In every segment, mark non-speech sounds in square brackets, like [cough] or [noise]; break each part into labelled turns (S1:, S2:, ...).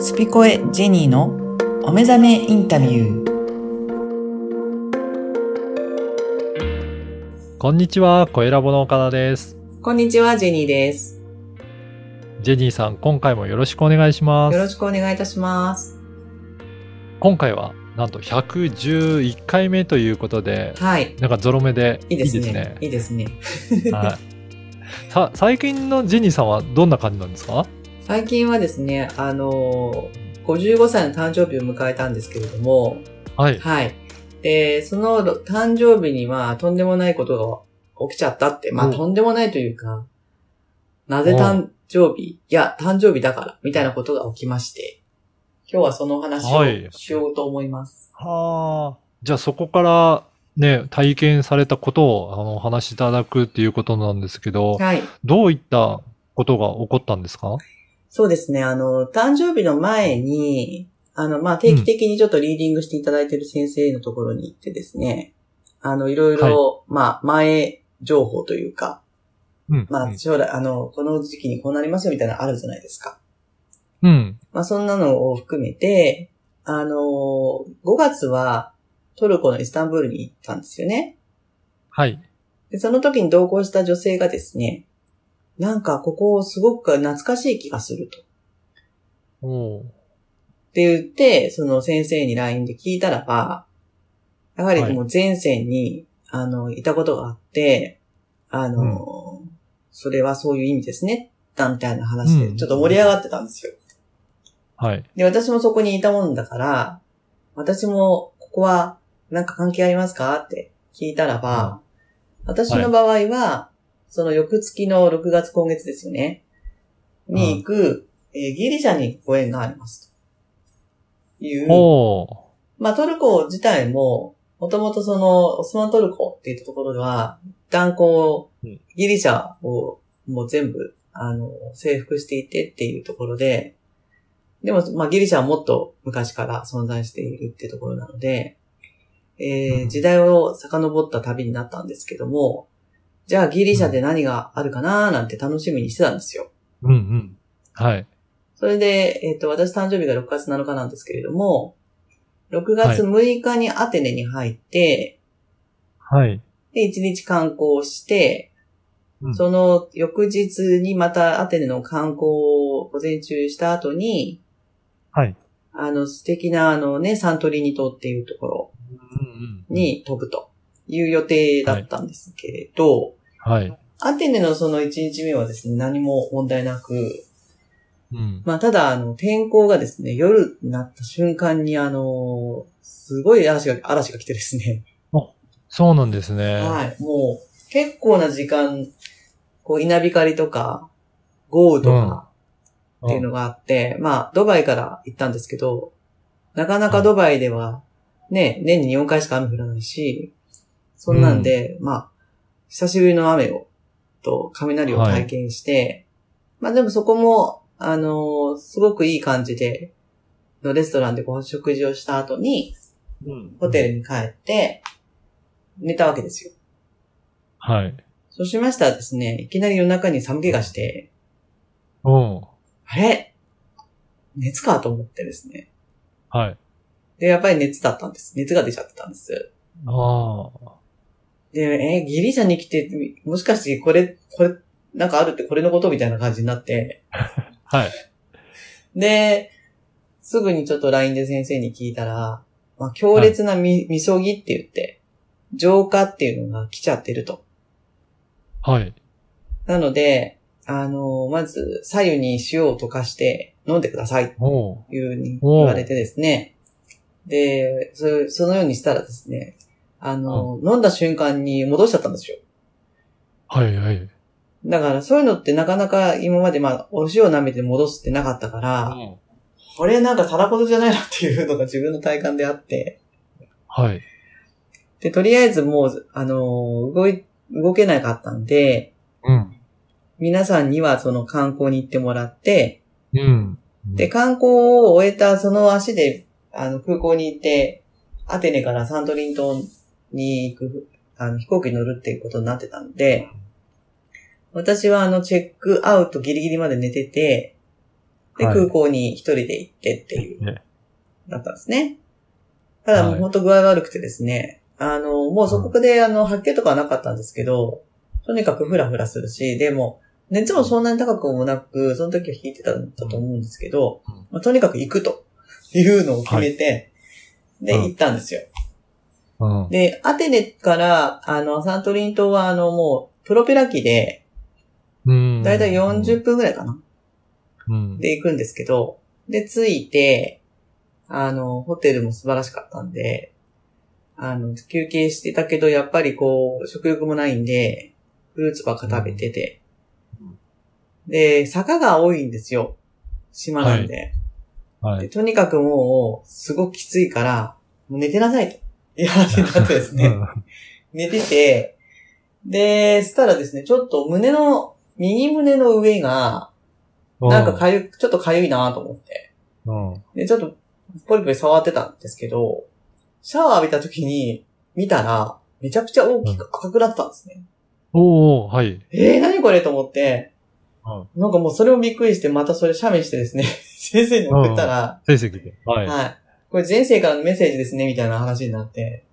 S1: スピコエジェニーのお目覚めインタビュー。
S2: こんにちは、声ラボの岡田です。
S3: こんにちは、ジェニーです。
S2: ジェニーさん、今回もよろしくお願いしま
S3: よろ
S2: す。
S3: しくお願いいたします。
S2: 今回は、なんと111回目ということで、
S3: はい。
S2: なんかゾロ目で
S3: い
S2: い
S3: いで
S2: いですす
S3: ね
S2: ね。。
S3: いいですね。
S2: はい。さ、最近のジェニーさんはどんな感じなんですか
S3: 最近はですね、あのー、55歳の誕生日を迎えたんですけれども、
S2: はい。
S3: はい。で、その誕生日にはとんでもないことが起きちゃったって、まあ
S2: うん
S3: とんでもないというか、なぜ誕生日、いや、誕生日だから、みたいなことが起きまして、今日はそのお話
S2: はい
S3: をしようと思います。
S2: はあ。じゃあそこから、ね、体験されたことをあのお話しいただくっていうことなんですけど、
S3: はい。
S2: どういったことが起こったんですか
S3: そうですね。あの、誕生日の前に、あの、まあ、定期的にちょっとリーディングしていただいてる先生のところに行ってですね、あの、いろいろ、まあ、前情報というか、
S2: うん。
S3: まあ、将来、あの、この時期にこうなりますよみたいなのあるじゃないですか。
S2: うん。
S3: まあ、そんなのを含めて、あの、5月はトルコのイスタンブールに行ったんですよね。
S2: はい。
S3: で、その時に同行した女性がですね、なんかここすごく懐かしい気がすると。
S2: おー
S3: って言って、その先生に LINE で聞いたらば、やはりもう前線に、あの、いたことがあって、あの、それはそういう意味ですね、だみたいな話
S2: う
S3: で、
S2: ん
S3: ちょっと盛り上がってたんですよ。
S2: はい。
S3: で、私もそこにいたもんだから、私もここはなんか関係ありますかって聞いたらば、私の場合は、その翌月の6月今月ですよね、に行く、えーギリシャにご縁があります。という、
S2: おー
S3: まあトルコ自体も、もともとその、オスマントルコっていうところでは、一旦こう
S2: うん、
S3: ギリシャをもう全部、あの、征服していてっていうところで、でも、まあギリシャはもっと昔から存在しているっていうところなので、えー
S2: うん
S3: 時代を遡った旅になったんですけども、じゃあギリシャで何があるかなーなんて楽しみにしてたんですよ。
S2: うんうん。はい。
S3: それで、えっ、と、私誕生日が6月7日なんですけれども、6月6日にアテネに入って、
S2: はい。
S3: で、1日観光して、
S2: うん
S3: その翌日にまたアテネの観光を午前中した後に、
S2: はい。
S3: あの、素敵なあのね、サントリーニ島っていうところに飛ぶという予定だったんですけれど、
S2: はい。
S3: アテネのその1日目はですね、何も問題なく、
S2: うん。
S3: まあ、ただ、あの、天候がですね、夜になった瞬間に、あの、すごい嵐が、嵐が来てですね。
S2: そうなんですね。
S3: はい。もう、結構な時間、こう、稲光とか、豪雨とかっていうのがあって、まあ、ドバイから行ったんですけど、なかなかドバイでは、ね、年に4回しか雨降らないし、そんなんで、まあ、久しぶりの雨を、と、雷を体験して、まあでもそこも、あのーすごくいい感じで、のレストランでご食事をした後に、
S2: うん
S3: ホテルに帰って、寝たわけですよ。
S2: はい。
S3: そうしましたらですね、いきなり夜中に寒気がして、
S2: うん。
S3: あれ熱かと思ってですね。
S2: はい。
S3: で、やっぱり熱だったんです。熱が出ちゃってたんです。
S2: あ
S3: で、えーギリシャに来て、もしかしてこれ、これ、なんかあるってこれのことみたいな感じになって、
S2: あ。はい。
S3: で、すぐにちょっと LINE で先生に聞いたら、まあ、強烈なみ、みそぎって言って、浄化っていうのが来ちゃってると。
S2: はい。
S3: なので、あの、まず、左右に塩を溶かして飲んでください。
S2: おう。
S3: というふうに言われてですね。で、それそのようにしたらですね、あの、飲んだ瞬間に戻しちゃったんですよ。
S2: はいはい。
S3: だからそういうのってなかなか今までまあ、お塩舐めて戻すってなかったから、これなんかただことじゃないなっていうのが自分の体感であって、
S2: はい。
S3: で、とりあえずもう、あの、動い、動けなかったんで、
S2: うん。
S3: 皆さんにはその観光に行ってもらって、
S2: うん。
S3: で、観光を終えたその足で、あの、空港に行って、アテネからサントリン島に行く、あの、飛行機に乗るっていうことになってたんで、私はあの、チェックアウトギリギリまで寝てて、で、
S2: はい
S3: 空港に一人で行ってっていう、
S2: ね
S3: だったんですね。ただも
S2: は
S3: う
S2: い
S3: 本当具合悪くてですね、あの、もうそこで、あの、発見とかはなかったんですけど、とにかくフラフラするし、でも、熱もそんなに高くもなく、その時は引いてたんだと思うんですけど、
S2: うん
S3: まあ、とにかく行くというのを決めて、で、
S2: うん
S3: 行ったんですよ。
S2: うん。
S3: で、アテネから、あの、サントリン島は、あの、もう、プロペラ機で、
S2: うん。
S3: だいたい40分ぐらいかな、
S2: うん。
S3: で行くんですけど、で、着いて、あの、ホテルも素晴らしかったんで、あの、休憩してたけど、やっぱりこう、食欲もないんで、フルーツばっか食べてて
S2: うん。
S3: で、坂が多いんですよ。島なんで。
S2: は
S3: で
S2: い。
S3: とにかくもう、すごくきついから、もう寝てなさいと。いう話になってですね。 [laughs] 寝てて、で、したらですね、ちょっと胸の、右胸の上が、
S2: うん
S3: なんかかゆ、ちょっとかゆいなと思って。
S2: うん。
S3: で、ちょっと、ポリポリ触ってたんですけど、シャワー浴びた時に、見たら、めちゃくちゃ大きく赤くなってたんですね。
S2: おおはい。
S3: えー、何これと思って、
S2: うん
S3: なんかもうそれをびっくりして、またそれ写メしてですね、 [laughs] 先生に送ったら、
S2: 成績で。はい。
S3: はい。これ人生からのメッセージですね、みたいな話になって。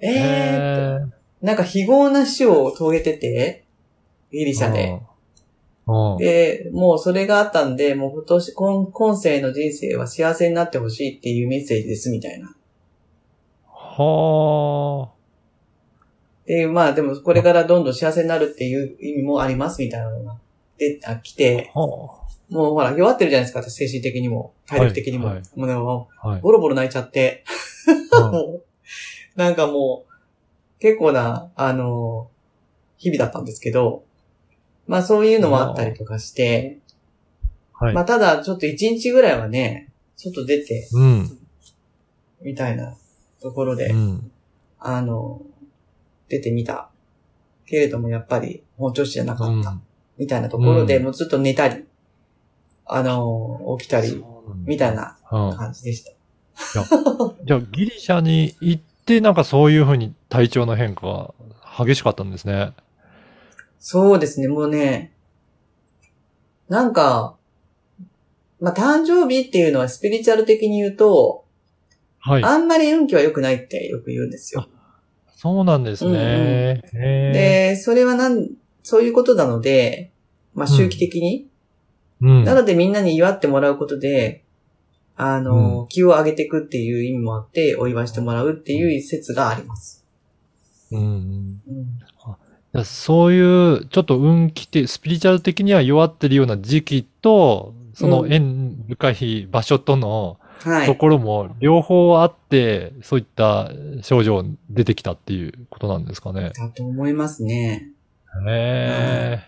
S3: え
S2: え
S3: ーって、なんか非業な死を遂げてて、ギリシャで。。
S2: うん。うん
S3: で、もうそれがあったんで、もう今年、今今世の人生は幸せになってほしいっていうメッセージです、みたいな。
S2: は
S3: で、まあでもこれからどんどん幸せになるっていう意味もあります、みたいなのが。で、あ、来て、
S2: あ。は
S3: もうほら、弱ってるじゃないですか、私精神的にも、体力的にも。
S2: はいはい
S3: もうでも、
S2: あ。はい。
S3: ボロボロ泣いちゃって。
S2: うん
S3: もう、 [laughs] なんかもう、結構な、あの、日々だったんですけど、まあそういうのもあったりとかして、
S2: はい
S3: ま。あただちょっと一日ぐらいはね、外出て、
S2: うん。
S3: みたいなところで、
S2: うん。
S3: あの、出てみた。けれどもやっぱり本調子じゃなかった。みたいなところで、
S2: うん
S3: もうずっと寝たり、あの、起きたり、みたい
S2: な。
S3: な
S2: うん。
S3: 感じでした。
S2: じゃあ、ギリシャに行って、なんかそういうふうに体調の変化が激しかったんですね。
S3: そうですね、もうね、なんか、まあ、誕生日っていうのはスピリチュアル的に言うと、
S2: はい。
S3: あんまり運気は良くないってよく言うんですよ。
S2: そうなんですね。へえ。
S3: で、それはなん、そういうことなので、まあ、周期的に、
S2: うん
S3: な。のでみんなに祝ってもらうことで、あの、気を上げていくっていう意味もあって、お祝いしてもらうっていう説があります。
S2: うん
S3: うん、
S2: いやそういう、ちょっと運気って、スピリチュアル的には弱ってるような時期と、その縁深い場所との
S3: は
S2: と
S3: い。
S2: ころも両方あって、そういった症状出てきたっていうことなんですかね。
S3: だと思いますね。
S2: へ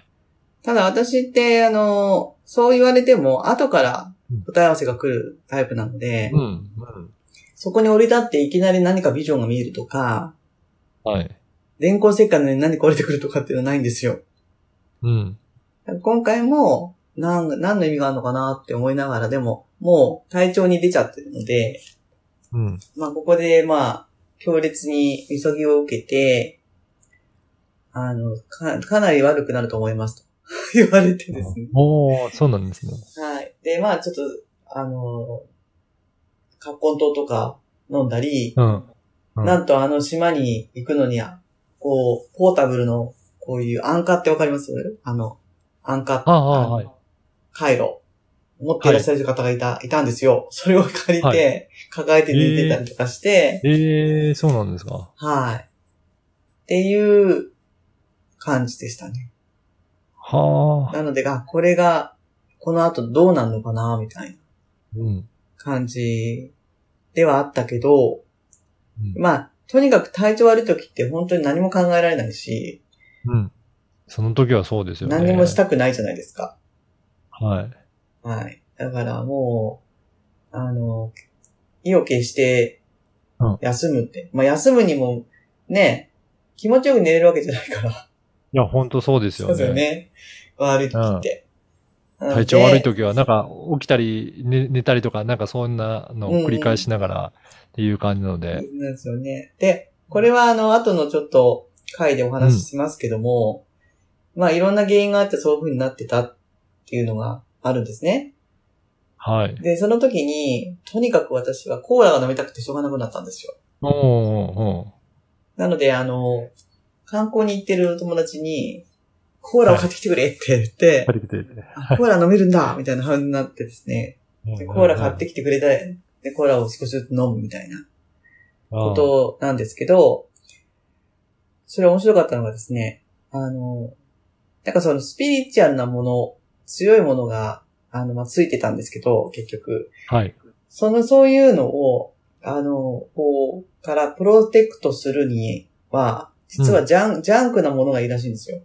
S3: ただ私って、あの、そう言われても、後から答え合わせが来るタイプなので
S2: え。、うん。うん
S3: そこに降り立っていきなり何かビジョンが見えるとか、
S2: はい。
S3: 電光石火のように何か降りてくるとかっていうのはないんですよ。
S2: うん。
S3: 今回も、なん何の意味があるのかなって思いながら、でも、もう体調に出ちゃってるので、
S2: うん。
S3: まあ、ここで、まあ、強烈にみそぎを受けて、あの、か、かなり悪くなると思いますと [laughs] 言われてですね。
S2: おー、そうなんですね。
S3: はい。で、まあちょっと、あの、カッコン糖とか飲んだり、
S2: うん。うん
S3: なんとあの島に行くのには、こう、ポータブルの、こういうアンカーってわかりますあの、アンカー
S2: ああ、はい。
S3: 回路。持っていらっしゃる方がいた、い、たんですよ。それを借りて、
S2: は
S3: 抱えて寝てたりとかして、
S2: ええー、そうなんですか。
S3: はい。っていう感じでしたね。
S2: はあ。
S3: なので、あ、これが、この後どうなるのかな、みたいな。
S2: うん。
S3: 感じではあったけど、
S2: うん
S3: まあ、とにかく体調悪い時って本当に何も考えられないし、
S2: うん。その時はそうですよね。
S3: 何もしたくないじゃないですか。
S2: はい。
S3: はい。だからもう、あの、意を決して
S2: うん、
S3: 休むって。まあ、休むにも、ね、気持ちよく寝れるわけじゃないから。
S2: いや、本当そうです
S3: そ
S2: よ
S3: う
S2: ね。
S3: ですよね。悪い時って。なので
S2: 体調悪い時は、なんか起きたり、寝寝たりとか、なんかそんなのを繰り返しながらっていう感じなので。
S3: なんですよね。で、これはあの、後のちょっと回でお話ししますけども、まあいろんな原因があってそういう風になってたっていうのがあるんですね。
S2: はい。
S3: で、その時に、とにかく私はコーラが飲みたくてしょうがなくなったんですよ。
S2: うんうんうん。
S3: なので、あの、観光に行ってる友達に、コーラを買ってきてくれって言って、
S2: 借りてて。
S3: あコーラ飲めるんだみたいな風になってですね、でコーラ買って
S2: き
S3: きてくれたで、コーラを少しずつ飲むみたいな
S2: た
S3: こ。となんですけど、それ面白かったのがですね、あの、なんかそのスピリチュアルなもの、強いものが、あの、まあ、ついてたんですけど、結局。
S2: はい。
S3: その、そういうのを、あの、こう、からプロテクトするには、実はジャン、ジャンクなものがいいらしいんですよ。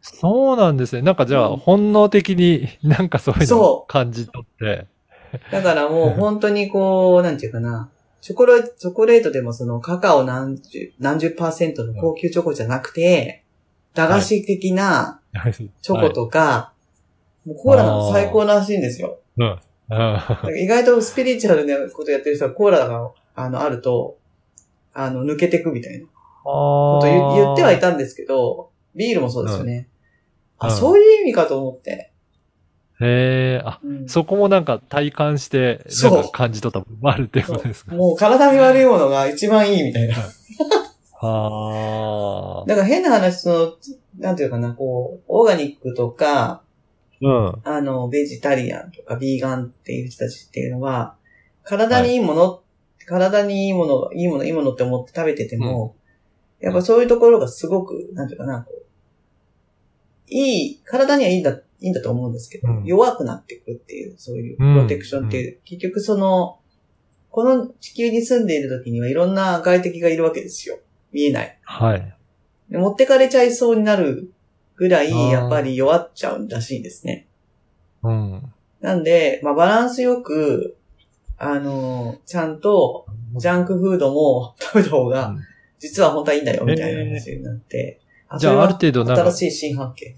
S2: そうなんですね。なんかじゃ
S3: うん
S2: あ、本能的になんかそういうの
S3: そ
S2: を感じ
S3: [laughs]
S2: 取って。
S3: だからもう本当にこう、なんていうかな、チョコレチョコレートでもそのカカオ何十、何十パーセントの高級チョコじゃなくて、駄菓子的なチョコとか、もうコーラの最高らしいんですよ。
S2: はい。
S3: だから意外とスピリチュアルなことやってる人はコーラが、あの、あると、あの、抜けてくみたいなこ
S2: こと
S3: 言言ってはいたんですけど、ビールもそうですよね。
S2: うん
S3: あ、
S2: うん
S3: そういう意味かと思って。
S2: へえ、あ、
S3: うん
S2: そこもなんか体感して、
S3: そ
S2: な
S3: うん
S2: か感じ取ったものもあるっていうことですか。
S3: もう体に悪いものが一番いいみたいな。
S2: はあ。
S3: だから変な話、その、なんていうかな、こう、オーガニックとか、
S2: うん。
S3: あの、ベジタリアンとか、ビーガンっていう人たちっていうのは、体にいいもの、体にいいもの、いいもの、いいものって思って食べてても、やっぱそういうところがすごく、なんていうかな、こう、いい、体にはいいんだ、いいんだと思うんですけど、
S2: うん
S3: 弱くなっていくっていう、そういうプロテクションっていう、結局その、この地球に住んでいる時にはいろんな外敵がいるわけですよ。見えない。
S2: はい。
S3: で持ってかれちゃいそうになるぐらい、
S2: あー
S3: やっぱり弱っちゃうらしいんですね。
S2: うん。
S3: なんで、まあ、バランスよく、あのー、ちゃんと、ジャンクフードも食べた方が、実は本当はいいんだよ、みたいな話になって。
S2: じゃあ、ある
S3: それ
S2: 程度
S3: は
S2: なんか、
S3: 新しい新発見。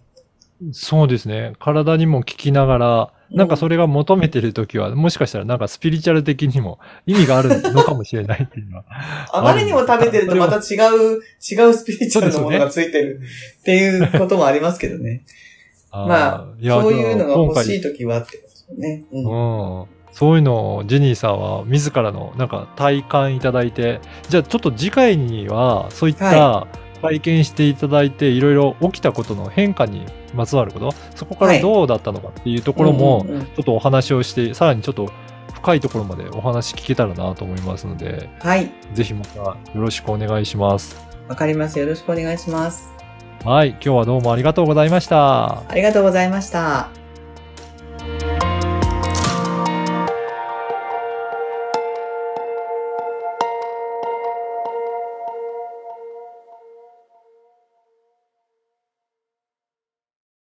S2: そうですね。体にも効きながら、なんかそれが求めてるときは、もしかしたらなんかスピリチュアル的にも意味があるのかもしれないっていうのは。
S3: あまりにも食べてるとまた違う、違うスピリチュアルなものがついてるっていうこともありますけどね。
S2: あ
S3: [laughs]
S2: ー
S3: まあ、
S2: や
S3: そういうのが欲し
S2: じゃ
S3: いときはってことですよね。うん
S2: あ今回うん。そういうのをジェニーさんは自らのなんか体感いただいて、じゃあちょっと次回にはそういった体験していただいて、いろいろ起きたことの変化にまつわること、そこか
S3: は
S2: ら
S3: い
S2: どうだったのかっていうところ
S3: う
S2: も
S3: ん、うんうん
S2: ちょっとお話をして、さらにちょっと深いところまでお話聞けたらなと思いますので、
S3: はい。
S2: ぜひまたよろしくお願いします。
S3: わかりました。よろしくお願いします。
S2: はい、今日はどうもありがとうございました。
S3: ありがとうございました。